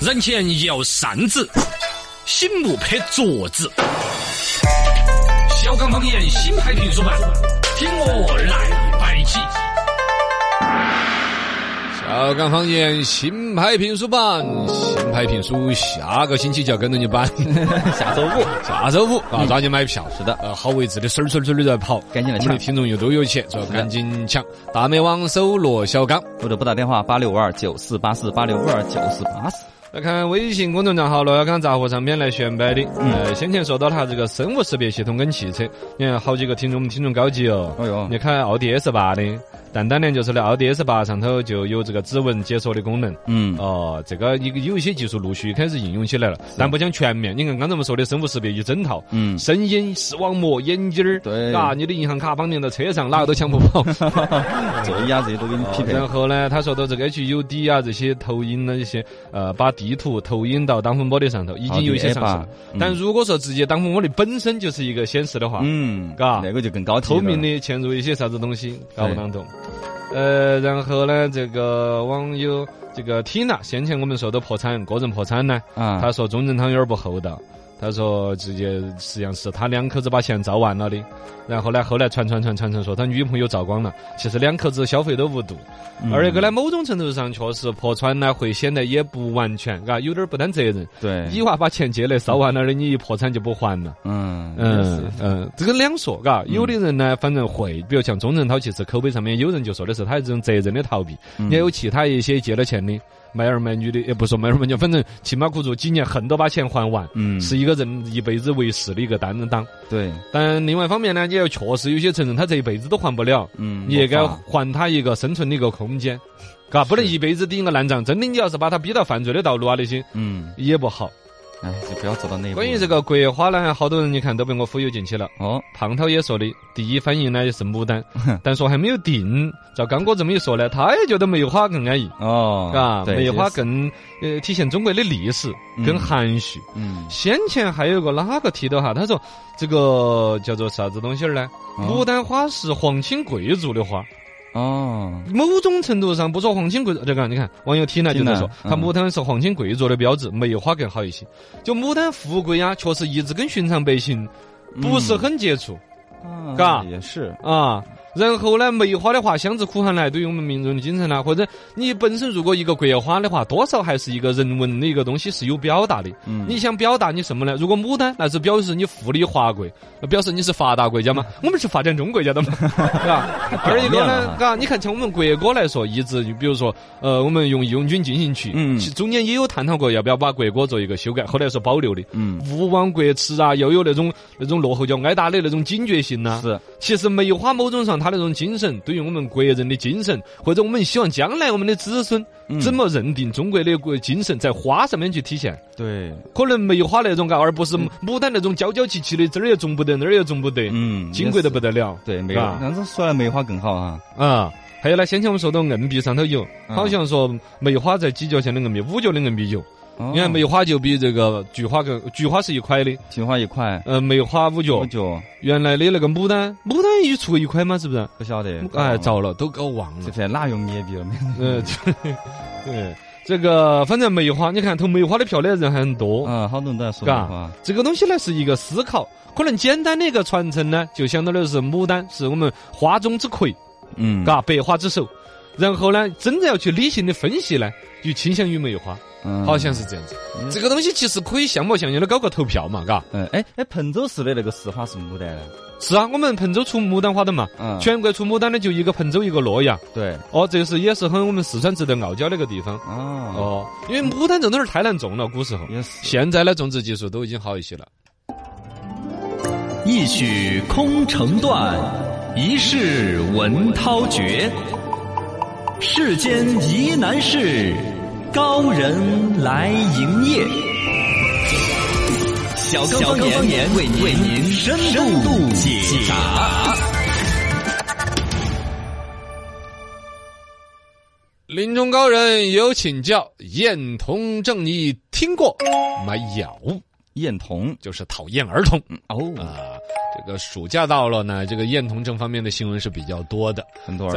人前摇扇子，醒目拍桌子。小刚方言新派评书版，听我来摆起。小啊刚方言新派评书版，新派评书下个星期就要跟着你版，下周五下周五啊， 抓紧买票。是的呃，好位置的嗖嗖嗖的在跑，赶紧我们来的抢听众又都有钱，所以赶紧抢。大麦网搜罗小刚，或者拨打电话八六五二九四八四八六五二九四八四。来看微信公众账号“罗小刚杂货”上边来选摆的。嗯呃，先前说到它这个生物识别系统跟汽车，你看好几个听众，我们听众高级哦。哎呦你看奥迪 S 八的，但当年就是的奥迪 S 八上头就有这个指纹解锁的功能。嗯，哦，这个一个有一些技术陆续开始应用起来了，但不讲全面。你看刚才我们说的生物识别一整套，嗯声音、视网膜、眼睛儿，对啊，你的银行卡绑定到车上，哪个都抢不 跑。哦座椅啊这些都给你匹配。然后呢，他说到这个 HUD 啊，这些投影的一些，呃，把地图投影到挡风玻璃上头，已经有一些上市好了的。嗯但如果说直接挡风玻璃本身就是一个显示的话，嗯，嘎那个就更高级透明的。的嵌入一些啥子东西，搞不对当懂。呃，然后呢，这个网友这个 Tina，先前我们说的破产，个人破产呢，啊，他说中正堂有点不厚道。他说：“直接实际上是他两口子把钱造完了的，然后呢，后来传传传传传说他女朋友造光了，其实两口子消费都无度，嗯而一个呢，某种程度上确实破产呢，会显得也不完全，嘎，有点儿不担责任。对，你娃把钱借来烧完了的，你一破产就不还了。嗯嗯嗯嗯，这个两说，嘎，有的人呢，反正会，比如像钟镇涛，其实口碑上面有人就说的是他这种责任的逃避，嗯也有其他一些借了钱的卖儿卖女的，也不说卖儿卖女，反正起码苦做几年恨都把钱还完，嗯，是一个人一辈子为事的一个担当。对，但另外一方面呢，也要确实有些承认他这一辈子都还不了，嗯，你也该我发还他一个生存的一个空间，嘎，不能一辈子顶个烂账。真的，你要是把他逼到犯罪的道路啊那些，嗯，也不好。哎，就不要走到那一步。关于这个国花呢，好多人你看都被我忽悠进去了。哦，胖涛也说的，第一反应呢是牡 丹，但说还没有定。照刚哥这么一说呢，他也觉得梅花更安逸，哦，嘎，对啊梅花，这是更呃体现中国的历史、更嗯含蓄。嗯，先前还有一个哪个提到哈，他说这个叫做啥子东西儿呢？牡哦丹花是皇亲贵族的花。哦，某种程度上不说皇亲贵族，这个你看网友缇娜就在说，缇娜他嗯牡丹是皇亲贵族的标志，梅花更好一些。就牡丹富贵呀，确实一直跟寻常百姓不是嗯很接触啊嘎也是，啊。然后呢，梅花的话，相自苦寒来，对于我们民族的精神啦，或者你本身如果一个国花的话，多少还是一个人文的一个东西是有表达的。嗯，你想表达你什么呢？如果牡丹，那是表示你富丽华贵，那表示你是发达国 家嘛。我们是发展中国家的嘛，是吧？而一个啊呢，嘎，你看像我们国歌来说，一直就比如说，呃，我们用《义勇军进行曲》，嗯其中间也有探讨过要不要把国歌做一个修改，后来说保留的。嗯，勿忘国耻啊，又有那种那种落后就挨打的那种警觉性呐、是，其实梅花某种上它那种精神，对于我们国人的精神，或者我们希望将来我们的子孙嗯怎么认定中国的国精神，在花上面去体现。对，可能梅花那种嘎，而不是牡丹那种娇娇气气的，这儿也种不得，那儿也种不得，嗯，金贵的也不是，得了对，梅，啊那这说来梅花更好啊，啊！还有呢，先前我们说到硬币上头有，嗯好像说梅花在几角钱的硬币，五角的硬币有。哦你看梅花就比这个菊花更，菊花是一块的，菊花一块，呃，梅花五角我。就原来的那个牡丹，牡丹也出过一块嘛，是不是？不晓得，哎，糟，糟了，都搞忘了这。在哪用捏笔了没？ 嗯，对，这个反正梅花，你看投梅花的票的人还很多。啊，好多人都在说梅嘎花，这个东西呢是一个思考，可能简单的一个传承呢，就相当于是牡丹是我们花中之魁，嗯，嘎，百花之首。然后呢，真正要去理性的分析呢，就倾向于梅花，嗯，好像是这样子。嗯这个东西其实可以像模像样的搞个投票嘛，嘎。嗯，哎哎，彭州市的那个市花是牡丹呢，是啊，我们彭州出牡丹花的嘛，嗯，全国出牡丹的就一个彭州，一个洛阳。对，哦，这是也是很我们四川值得傲娇的一个地方。哦，哦，因为牡丹这东西儿太难种了，古时候。也是，现在的种植技术都已经好一些了。一曲空城断，一世文涛绝。世间疑难事，高人来营业。小刚方言为您为您深度解答。临终高人有请教，厌童症你听过没有？艳童，就是讨厌儿童嗯哦，啊。这个暑假到了呢，这个厌童症方面的新闻是比较多的，很多人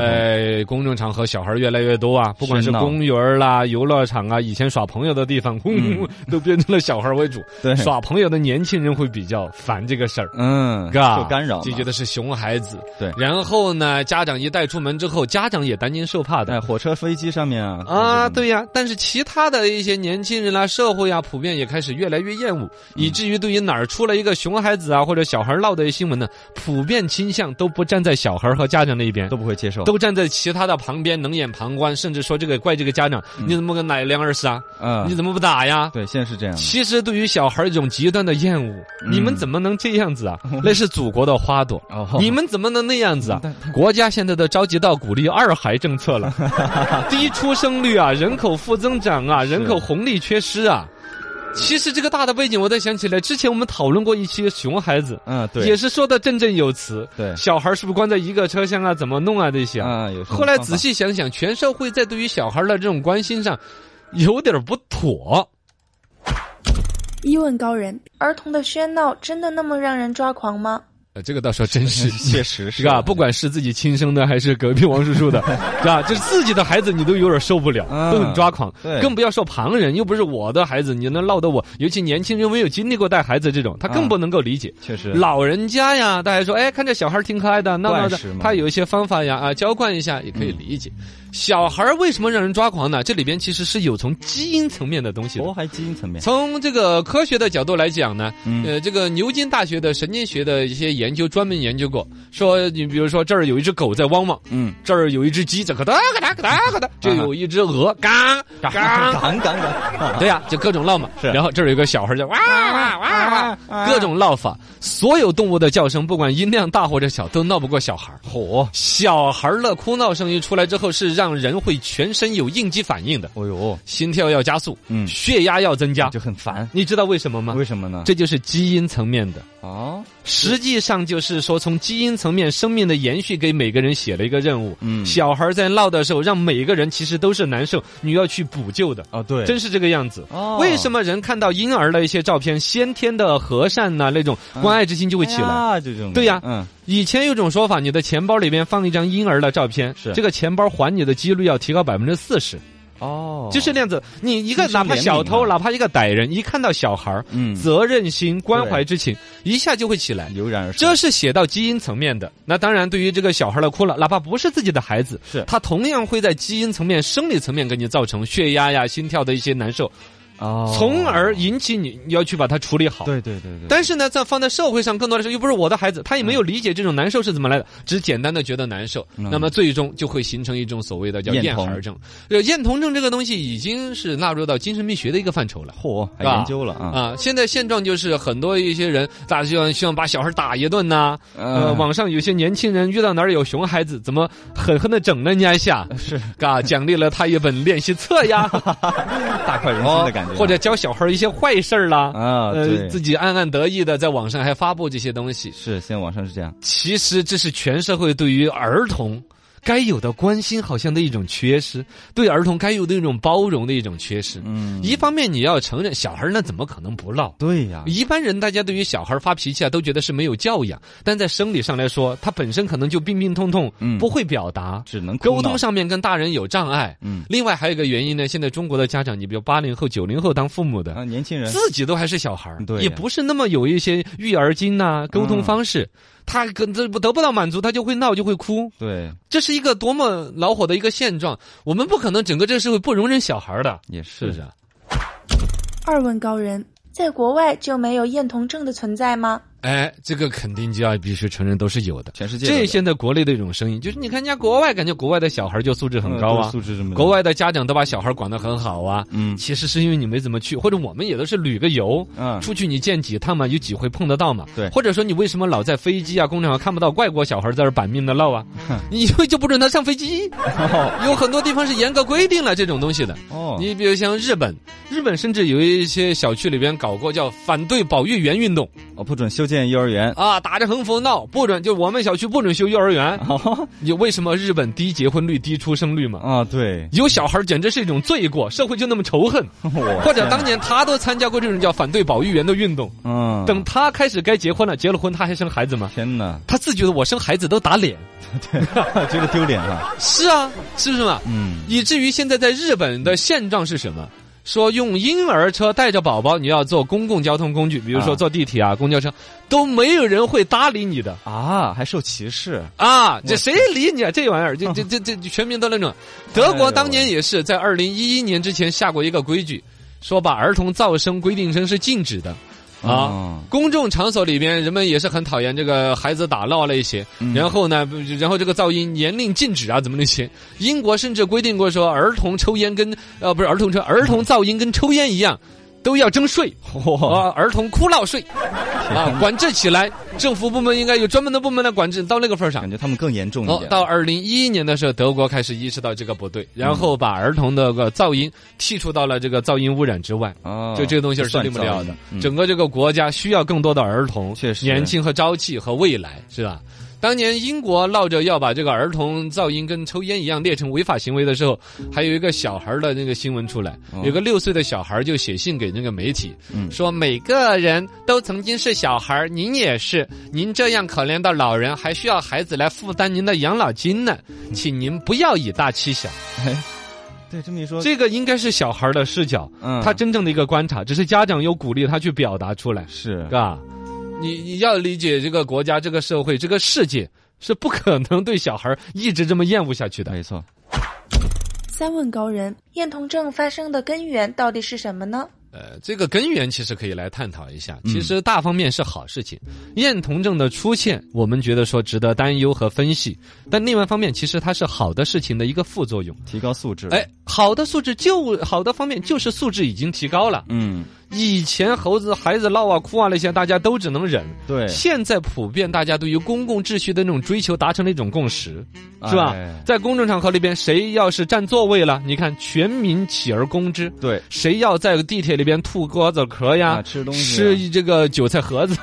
在公众场合小孩越来越多啊，不管是喧闹公园儿啦、游乐场啊，以前耍朋友的地方，轰， 都变成了小孩为主。嗯 对耍朋友的年轻人会比较烦这个事儿。嗯，嘎，受干扰了，就觉得是熊孩子。对然后呢，家长一带出门之后，家长也担惊受怕的在。哎火车、飞机上面啊啊，，对呀，但是其他的一些年轻人啦、社会啊，普遍也开始越来越厌恶，嗯以至于对于哪儿出了一个熊孩子啊或者小孩闹的新闻呢，普遍倾向都不站在小孩和家长那一边嗯都。不会接受，都站在其他的旁边冷眼旁观，甚至说这个怪这个家长，你怎么个奶量二十啊？嗯你，怎么不打呀？对，现在是这样的，其实对于小孩一种极端的厌恶，嗯你们怎么能这样 子啊？那是祖国的花朵，哦 你们怎么能那样 子啊？国家现在都着急到鼓励二孩政策了，低出生率啊，人口负增长啊，人口红利缺失啊。其实这个大的背景，我再想起来，之前我们讨论过一期熊孩子，嗯，也对，是说的振振有词。对小孩是不是关在一个车厢啊？怎么弄啊？这些啊。啊，有时候后来方法仔细想想，全社会在对于小孩的这种关心上，有点不妥。一问高人，儿童的喧闹真的那么让人抓狂吗？呃，这个倒说真是确实是 是吧？不管是自己亲生的还是隔壁王叔 叔的，是吧？就是自己的孩子，你都有点受不了，嗯都很抓狂。对更不要说旁人，又不是我的孩子，你能闹得我？尤其年轻人没有经历过带孩子这种，他更嗯不能够理解。确实老人家呀，大家说，哎，看这小孩挺可爱的，闹闹的惯是，吗嗯他有一些方法呀，啊，娇惯一下也可以理解。小孩为什么让人抓狂呢？这里边其实是有从基因层面的东西的。哦，还基因层面，从这个科学的角度来讲呢，嗯呃，这个牛津大学的神经学的一些研究专门研究过，说你比如说这儿有一只狗在汪汪，嗯，这儿有一只鸡在咯哒咯哒咯哒咯哒，就有一只 鹅嘎嘎，杠杠杠，对呀、就各种闹嘛。是啊然后这儿有一个小孩在哇哇哇哇，各种闹法。所有动物的叫声，不管音量大或者小，都闹不过小孩儿。火，小孩儿的哭闹声一出来之后，是让人会全身有应激反应的，哦呦，心跳要加速，嗯血压要增加。就很烦，你知道为什么吗？为什么呢？啊这就是基因层面的。哦，实际上就是说，从基因层面，生命的延续给每个人写了一个任务。嗯小孩在闹的时候，让每个人其实都是难受，你要去补救的。哦，对，真是这个样子。哦为什么人看到婴儿的一些照片，先天的和善呐、那种嗯关爱之心就会起来？啊，就这种，哎对呀嗯，以前有种说法，你的钱包里边放一张婴儿的照片，是这个钱包还你的几率要提高百分之四十，哦，就是那样子。你一个心生哪怕怜悯小偷，啊哪怕一个歹人，一看到小孩儿，嗯，责任心、关怀之情一下就会起来。油然而生，这是写到基因层面的。那当然，对于这个小孩的哭了，哪怕不是自己的孩子，是他同样会在基因层面、生理层面给你造成血压呀、心跳的一些难受，哦，从而引起你你要去把它处理好。对对对对，但是呢，在放在社会上，更多的是又不是我的孩子，他也没有理解这种难受是怎么来的，只简单的觉得难受，嗯那么最终就会形成一种所谓的叫厌厌童孩症。这厌童症这个东西已经是纳入到精神病学的一个范畴了。嚯，是还吧研究了啊，啊，现在现状就是很多一些人，大家希望希望把小孩打一顿呐、呃，嗯网上有些年轻人遇到哪儿有熊孩子，怎么狠狠的整人家一 下，是嘎，奖励了他一本练习册 呀，大快人心的感觉，哦或者教小孩一些坏事儿啦。啊，呃，对，自己暗暗得意的在网上还发布这些东西，是现在网上是这样，其实这是全社会对于儿童该有的关心好像的一种缺失，对儿童该有的一种包容的一种缺失。嗯，一方面你要承认，小孩儿那怎么可能不闹？对呀，一般人大家对于小孩发脾气啊，都觉得是没有教养，但在生理上来说，他本身可能就病病痛痛，嗯不会表达，只能哭沟闹通，上面跟大人有障碍。嗯另外还有一个原因呢，现在中国的家长，你比如八零后、九零后当父母的。啊，年轻人，自己都还是小孩儿对呀嗯也不是那么有一些育儿经呐、沟通方式，他跟这不得不到满足，他就会闹，就会哭，对，这是一个多么恼火的一个现状。我们不可能整个这个社会不容忍小孩儿的，也是不是是啊？二问高人，在国外就没有厌童症的存在吗？哎，这个肯定就要必须承认都是有的。全世界都有这现在国内的一种声音，就是你看人家国外，感觉国外的小孩就素质很高嗯都是啊素，质这么国，外的家长都把小孩管得很好啊。嗯其实是因为你没怎么去，或者我们也都是旅个游，嗯出去你见几趟嘛，有几回碰得到嘛。对或者说你为什么老在飞机啊、公场上看不到外国小孩在这儿板命的闹 啊？你因为就不准他上飞机，有很多地方是严格规定了这种东西的。哦，你比如像日本，日本甚至有一些小区里边搞过叫反对保育员运动。哦，不准修建幼儿园。啊，打着横幅闹，不准就我们小区不准修幼儿园。哦你为什么日本低结婚率、低出生 率嘛？啊，对，有小孩简直是一种罪过，社会就那么仇恨。我或者当年他都参加过这种叫反对保育员的运动。嗯，等他开始该结婚了，结了婚他还生孩子吗？ 天哪， 他自觉得我生孩子都打脸。对，这个丢脸啊。是啊，是不是嘛？嗯，以至于现在在日本的现状是什么？说用婴儿车带着宝宝，你要坐公共交通工具，比如说啊坐地铁啊、公交车，都没有人会搭理你的啊，还受歧视。啊！这谁理你啊？这玩意 儿，这这这这全民都那种。德国当年也是在二零一一年之前下过一个规矩，说把儿童噪声规定成是禁止的啊。哦公众场所里边，人们也是很讨厌这个孩子打闹那些，嗯 然后呢，不然后这个噪音严令禁止啊，怎么那些？英国甚至规定过说，儿童抽烟跟呃不是儿童抽儿童噪音跟抽烟一样，都要征税嚯，啊，儿童哭闹 税啊，管制起来，政府部门应该有专门的部门来管制，到那个份儿上感。觉他们更严重一哦点。，到二零一一年的时候，德国开始意识到这个不对，然后把儿童的个噪音剔除到了这个噪音污染之外。哦就这个东西是算定不了的噪音。嗯整个这个国家需要更多的儿童，确实年轻和朝气和未来，是吧？当年英国闹着要把这个儿童噪音跟抽烟一样列成违法行为的时候，还有一个小孩儿的那个新闻出来，有个六岁的小孩儿就写信给那个媒体，嗯说每个人都曾经是小孩儿，您也是，您这样可怜的老人还需要孩子来负担您的养老金呢，嗯请您不要以大欺小。哦对这么一说，这个应该是小孩儿的视角，嗯他真正的一个观察，只是家长有鼓励他去表达出来，是吧？你你要理解这个国家、这个社会、这个世界是不可能对小孩儿一直这么厌恶下去的。没错。三问高人：厌童症发生的根源到底是什么呢？呃，这个根源其实可以来探讨一下。嗯其实大方面是好事情，厌童症的出现，我们觉得说值得担忧和分析，但另外一方面，其实它是好的事情的一个副作用。提高素质。哎，，好的素质就好的方面就是素质已经提高了。嗯，以前猴子、孩子闹啊、哭啊那些，大家都只能忍。对，现在普遍大家对于公共秩序的那种追求达成了一种共识，是吧？哎在公众场合里边，谁要是占座位了，你看全民起而攻之；对，谁要在地铁里边吐瓜子壳呀、啊吃东西吃这个韭菜盒子、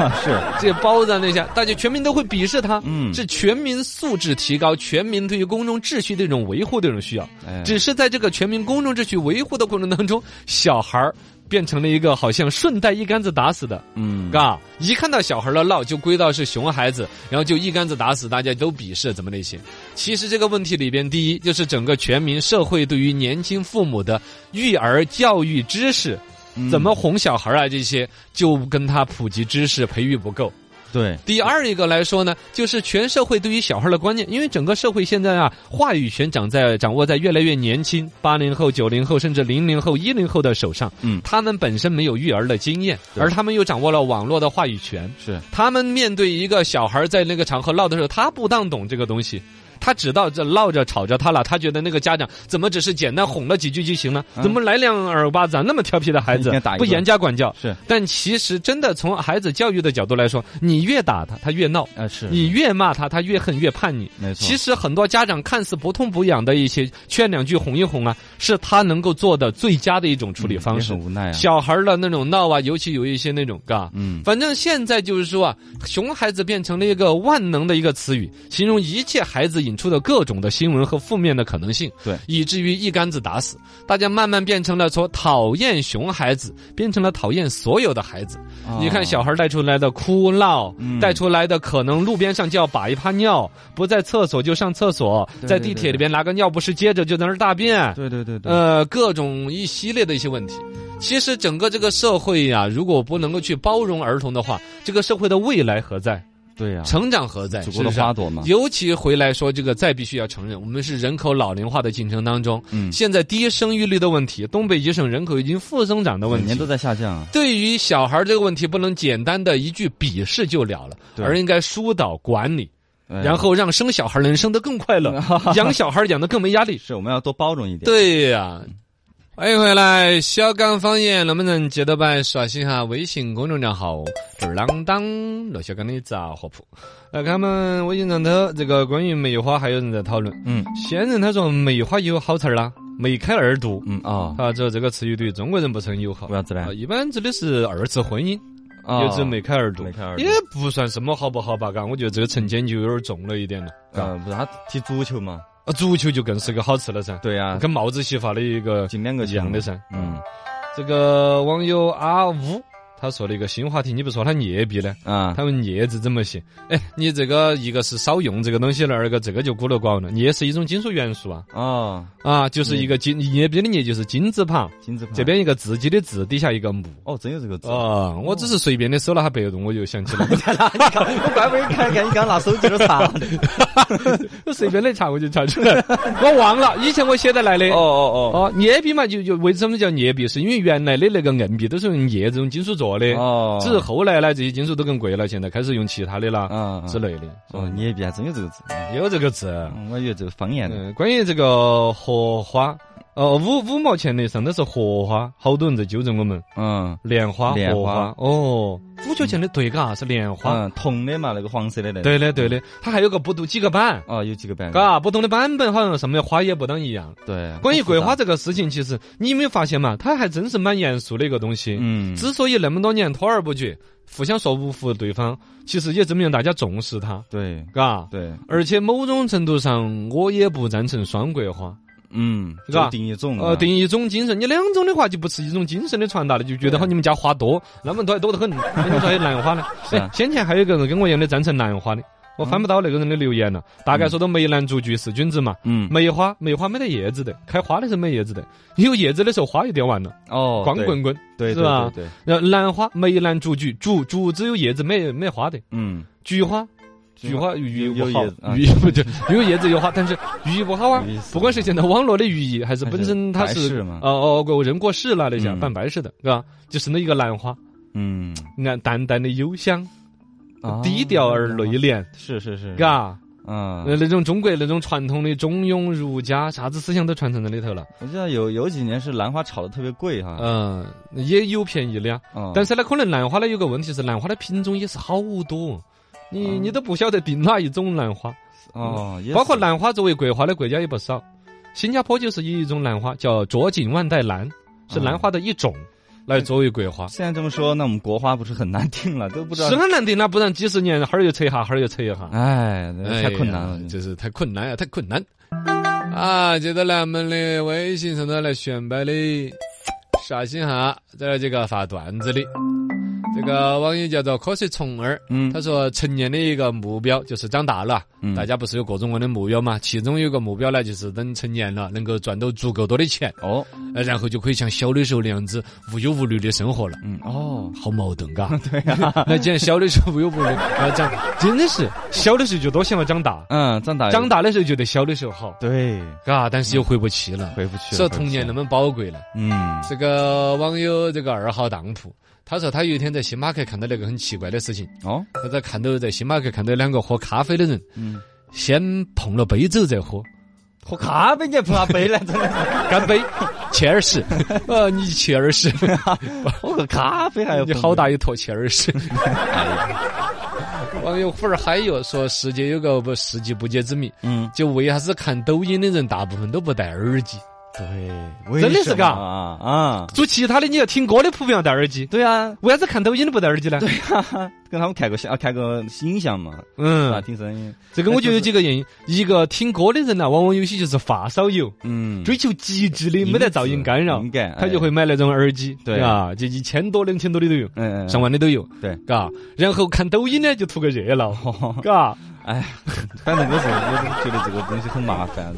是，这包子啊那些，大家全民都会鄙视他。嗯是全民素质提高，全民对于公众秩序的一种维护的一种需要。哎只是在这个全民公众秩序维护的过程当中，小孩儿变成了一个好像顺带一竿子打死的，嗯，嘎、一看到小孩儿的闹就归到是熊孩子，然后就一竿子打死，大家都鄙视怎么那些。其实这个问题里边，第一就是整个全民社会对于年轻父母的育儿教育知识，嗯怎么哄小孩儿啊这些，就跟他普及知识培育不够。对？第二一个来说呢，就是全社会对于小孩的观念，因为整个社会现在啊，话语权掌在掌握在越来越年轻八零后、九零后，甚至零零后、一零后的手上。嗯他们本身没有育儿的经验，对而他们又掌握了网络的话语权。是，他们面对一个小孩在那个场合闹的时候，他不当懂这个东西。他只道这闹着吵着他了，他觉得那个家长怎么只是简单哄了几句就行了？嗯怎么来两耳巴子、啊？那么调皮的孩子应该打，一不顿严加管教是。但其实真的从孩子教育的角度来说，你越打他，他越闹；啊，是，你越骂他，他越恨越叛逆。没错。嗯其实很多家长看似不痛不痒的一些劝两句、哄一哄啊，是他能够做的最佳的一种处理方式也。很无奈啊。小孩儿的那种闹啊，尤其有一些那种，嘎，嗯，反正现在就是说啊，熊孩子变成了一个万能的一个词语，形容一切孩子引出的各种的新闻和负面的可能性。对以至于一竿子打死，大家慢慢变成了从讨厌熊孩子变成了讨厌所有的孩子。哦你看小孩带出来的哭闹，嗯带出来的可能路边上就要把一泡尿，不在厕所就上厕所，对在对地对铁里边拿个尿不湿接着就在那儿大便。对对对对，呃，各种一系列的一些问题。其实整个这个社会呀、如果不能够去包容儿童的话，这个社会的未来何在？对呀，成长何在？祖国的是不是啊花朵嘛尤其回来说这个，再必须要承认，我们是人口老龄化的进程当中，嗯现在低生育率的问题，东北一省人口已经负增长的问每题，年都在下降啊。对于小孩这个问题，不能简单的一句鄙视就了了，对而应该疏导管理，哎嗯然后让生小孩能生得更快 乐，养小孩养得更没压力。是我们要多包容一点。嗯对呀、欢迎回来，小刚方言能不能接到版？刷新下微信公众账号“儿郎当罗小刚的杂货铺”。来呃看我们微信上头这个关于梅花，还有人在讨论。嗯仙人他说梅花有好词儿啦，梅开二度。嗯哦，啊，这这个词语对中国人不是很友好。为啥子呢啊一般指的是二次婚姻啊也只有梅开二度，梅开二度也不算什么好不好吧？嘎，我觉得这个成见就有点重了一点了。嘎，嗯，不是他踢足球嘛？啊，足球就更是个好吃的噻，对呀，跟帽子戏法的一个啊尽量个一样的噻。嗯这个网友阿乌他说了一个新话题，你不说他孽币呢？啊，他们镊子怎么写？哎，你这个一个是少用这个东西了，二个这个就孤陋寡闻了。镊是一种金属元素啊，哦，啊，就是一个金镊边的镊就是金字旁，金字旁这边一个自己的字底下一个木。哦，真有这个字。 啊，我只是随便的搜了下百度，我就想起来了，我怪不得看看你刚拿手机都 查的。我随便的查我就查出来 了，我忘了，以前我写得来的。哦哦哦，镍币嘛，就就为什么叫镍币？是因为原来的那个硬币都是用镍这种金属做的哦，，哦，只是后来呢，这些金属都更贵了，现在开始用其他的啦啊之类的。哦，你也比还真有这个字，嗯有这个字，啊我以为这个方言的。嗯，关于这个荷花，呃，五五毛钱的上头是荷花，好多人在纠正我们嗯莲花、莲荷花花。哦，五角钱的对嘎是莲花。嗯，铜的嘛，那个黄色的那个。。对的，对的，它还有个不同几个版，哦，有几个版本。嘎，不同的版本好像上面花也不当一样。对。关于桂花不这个事情，其实你有没有发现嘛？它还真是蛮严肃的一个东西。知道，嗯，之所以那么多年拖而不决，互相说不服对方，其实也证明大家重视它，对嘎。对，而且某种程度上，我也不赞成双桂花。嗯，是吧就定一种啊。呃，定一种精神，你两种的话就不是一种精神的传达了，就觉得好你们家花多，那么多多得 很，那你们还有兰花呢？嗯是啊嗯哎，先前还有一个人跟我一样的赞成兰花的，我翻不到那个人的留言了，大概说到梅兰竹菊是君子嘛。嗯，梅花，梅花没得叶子的，开花的时候没叶子的，有叶子的时候花又掉完了，哦，光对棍，棍。对是对吧对对，然后兰花，梅兰竹菊，竹竹子有叶子没没花的，嗯，菊花。菊菊花寓意不有好叶子，啊寓意不对，有叶子有花，但是寓意不好啊有意。思不管是现在网络的寓意，还是还是本身它白是事嘛哦哦过人过世了那下嗯办白事的，是吧？就是那一个兰花，嗯，那淡淡的幽香，啊低调而内敛，是是是，嘎。啊，呃那种中国那种传统的中庸儒家，啥子思想都传承在里头了。我记得有有几年是兰花炒的特别贵哈，嗯，也有便宜的呀，嗯但是呢，可能兰花呢有个问题是，兰花的品种也是好多，啊你你都不晓得定哪一种兰花。哦，也包括是兰花作为桂花的国家也不少，新加坡就是以一种兰花叫着锦万代兰，啊是兰花的一种，哎来作为桂花。现在这么说，那我们国花不是很难听了，都不知 道是。啊很难定那不然几十年哈儿又扯一下，哈儿又扯一下，哎，哎那呀太困难了。真是太困难呀，太困难。啊，接到咱们的微信上头来选摆的，刷新哈，再来这个发段子的。这个网友叫做瞌睡虫儿，嗯他说成年的一个目标就是长大了，嗯大家不是有各种各样的目标嘛？其中有一个目标呢，就是等成年了能够赚到足够多的钱，哦，呃然后就可以像小的时候那样子无忧无虑的生活了。嗯，哦，好矛盾， 嘎！对啊呀， 那既然小的时候无忧无虑，然后长真的是小的时候就多想要长大，嗯，长大长大的时候觉得小的时候好，对，嘎，但是又回不去了，回不去了。所以回不童年去那了么宝贵了。嗯，这个网友这个二号当铺，他说他有一天在星巴克看到那个很奇怪的事情，哦，他在看到在星巴克看到两个喝咖啡的人，嗯先碰了杯酒再喝，喝咖啡你还碰下 杯呢，真的是。干 杯，切尔西，呃，你切尔西，喝个咖啡还要你碰好杯大一坨切尔 西。哎网友忽而嗨哟说，世界有个不世纪不解之谜，嗯，就为啥子看抖音的人大部分都不戴耳机？对，真的是为什么嘎啊啊，做其他的你要听歌的普遍要戴耳机，对啊，为啥子看抖音的不戴耳机呢？对，跟他们看个相啊，看个影像嘛，是吧？嗯，听声音，这个我觉得有几个原因，一个听歌的人呢、往往有些就是发烧友，嗯，追求极致的，没得噪音干扰敏，感，他就会哎，买那种耳机，对啊，就一千多、两千多的都有，嗯，嗯上，万的都有，对嘎。然后看抖音呢，就图个热闹，嗯嘎。 哎，反正我是我就觉得这个东西很麻 烦，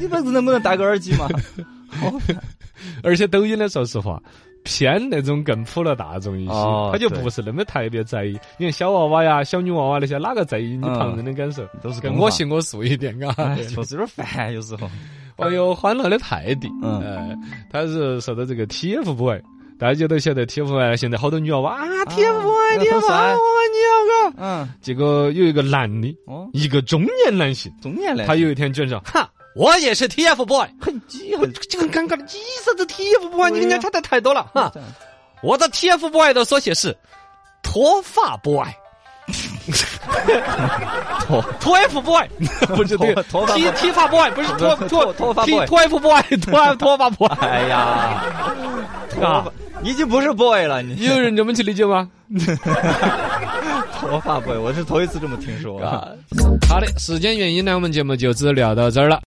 你们能不能戴个耳机嘛？而且抖音呢，说实话。偏那种更普罗大众一些，哦他就对不是那么特别在意。你看小娃娃呀、小女娃娃那些，哪个在意你嗯旁人的感受？都是更公我话行我素一点，嘎。 哎，确实有点烦，有时候。网友欢乐的泰迪，嗯呃，他是说到这个 TFBOY，大家都晓得 TFBOY 现在好多女娃娃啊啊那很，TFBOY，TFBOY，我帅爱你啊！嗯，结果有一个男的，哦，一个中年男性，中年了，他有一天卷上，哎哈，我也是 TFBOY，很急很这个很尴尬的，你啥子 TFBOY？你跟人家差的太多了，哈这，样我的 TFBOY 的缩写是脱发 boy。脱脱 F boy 不是对脱发 boy 剃剃发 boy 不是脱脱脱脱发 boy 哎剃脱 F boy 哎脱脱发 boy 哎呀，啊脱已经不是 boy 了，你有人这么去理解吗？头啊发 boy，我是头一次这么听说。好的，时间原因呢，我们节目就只聊到这儿了。